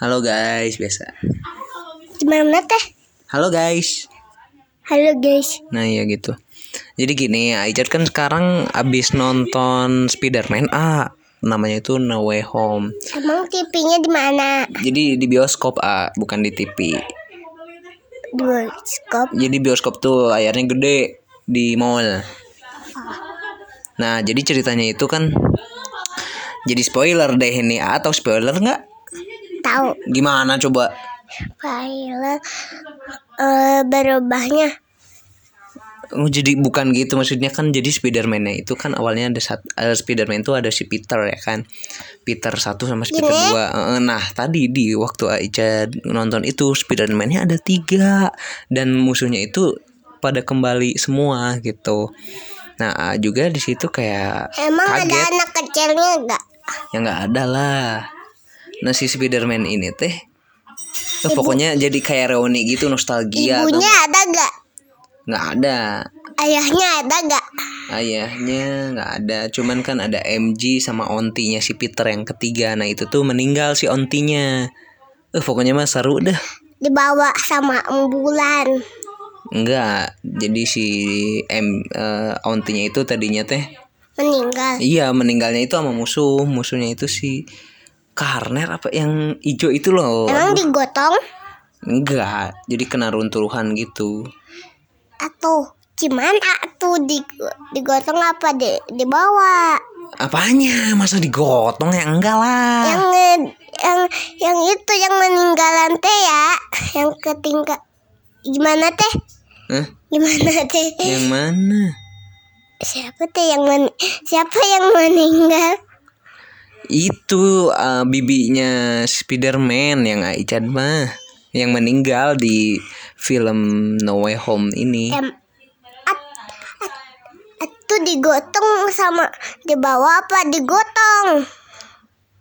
Halo guys, biasa. Gimana teh? Halo guys. Halo guys. Nah iya gitu. Jadi gini, Aijar kan sekarang abis nonton Spider-Man A. Namanya itu No Way Home. Emang TV-nya di mana? Jadi di bioskop A, bukan di TV. Di bioskop. Jadi bioskop tuh layarnya gede di mall. Nah, jadi ceritanya itu kan jadi spoiler deh ini A atau spoiler nggak? Tahu Gimana coba? file eh, berubahnya. Oh, jadi bukan gitu maksudnya kan jadi Spider-Man-nya itu kan awalnya ada sat, eh, Spider-Man itu ada si Peter ya kan. Peter 1 sama si Peter Gini. 2. Eh, Nah, tadi di waktu Aicha nonton itu Spider-Man-nya ada tiga dan musuhnya itu pada kembali semua gitu. Nah, A juga di situ kayak Emang ada kaget anak kecilnya enggak? ya nggak ada lah. Nah, si Spider-Man ini teh eh, pokoknya jadi kayak reuni gitu nostalgia atau- Ibunya ada enggak? nggak ada Ayahnya ada enggak? Ayahnya nggak ada, cuman kan ada MG sama ontinya si Peter yang ketiga. Nah itu tuh meninggal si ontinya. Eh pokoknya mah seru dah. Dibawa sama ambulan. Enggak, jadi si M eh, ontinya itu tadinya teh Meninggal. iya meninggalnya itu sama musuh, musuhnya itu si Karner apa yang ijo itu loh. Emang digotong Enggak, jadi kena runtuhan gitu. atau gimana tuh di, digotong apa di, dibawa? Apanya? Masa digotong ya enggak lah. yang nge- yang yang itu yang meninggalan teh ya yang ketinggal gimana teh Hah? gimana teh Yang mana? siapa teh yang men- siapa yang meninggal itu eh, bibinya Spiderman yang Aichad mah yang meninggal di film No Way Home ini em at, at, itu digotong sama dibawa apa digotong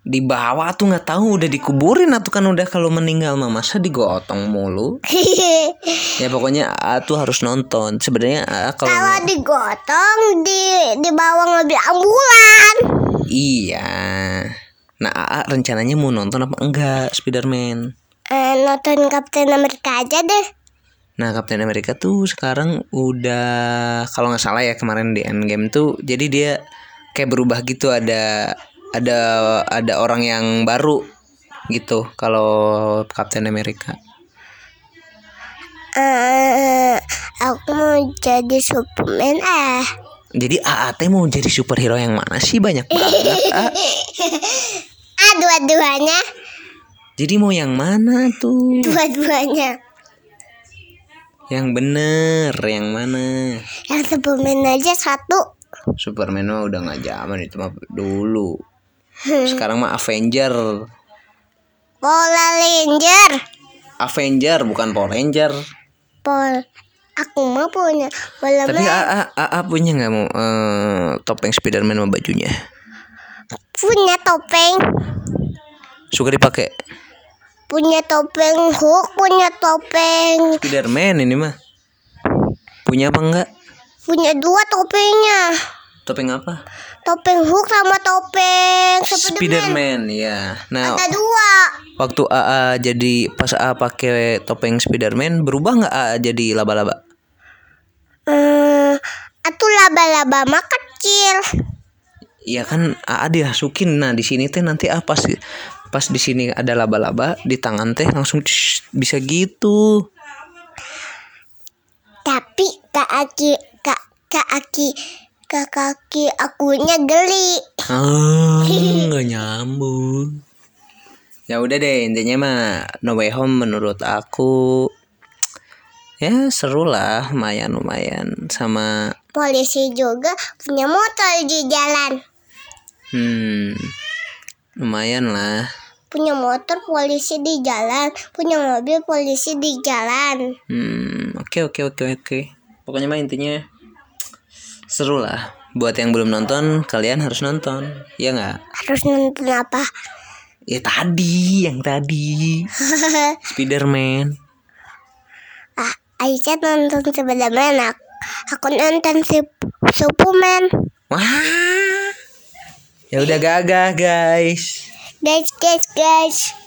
di bawah tuh nggak tahu udah dikuburin atau kan udah kalau meninggal mah masa digotong mulu ya pokoknya A tuh harus nonton sebenarnya A kalau kalau digotong di dibawa mobil ambulan iya nah A rencananya mau nonton apa enggak Spiderman Eh, nonton Captain America aja deh Nah, Captain America tuh sekarang udah kalau nggak salah ya kemarin di Endgame tuh jadi dia kayak berubah gitu ada ada ada orang yang baru gitu kalau Captain America. Eh, aku mau jadi Superman eh Jadi AAT mau jadi superhero yang mana sih banyak banget. A. ah dua-duanya Jadi mau yang mana tuh? dua-duanya Yang bener, yang mana? yang Superman aja satu Superman mah udah nggak zaman itu mah dulu. Sekarang mah Avenger. Pola Ranger Avenger bukan Power Ranger. Pol aku mau punya bola Tapi merah. AA, AA punya nggak mau eh, topeng Spiderman sama bajunya? punya topeng Suka dipakai punya topeng Hulk punya topeng Spiderman ini mah. Punya apa enggak? punya dua topengnya Topeng apa? topeng Hulk sama topeng Superman Spiderman ya. Nah, ada dua waktu AA jadi pas AA pakai topeng Spiderman berubah nggak AA jadi laba-laba? eh atuh laba-laba mah kecil Iya kan AA dirasukin. Nah, di sini teh nanti apa sih? Pas di sini ada laba-laba di tangan teh langsung cus, bisa gitu. tapi ke aki ke, ke aki ke kaki akunya geli Ah, nggak nyambung. Ya udah deh intinya mah No Way Home menurut aku ya seru lah lumayan lumayan sama polisi juga punya motor di jalan hmm lumayan lah punya motor polisi di jalan punya mobil polisi di jalan hmm oke oke oke oke pokoknya mah intinya seru lah buat yang belum nonton kalian harus nonton ya nggak harus nonton apa ya tadi yang tadi Spiderman ah Aisyah nonton Spiderman aku, aku nonton Sup- Superman Wah. Ya udah gagah guys. guys guys guys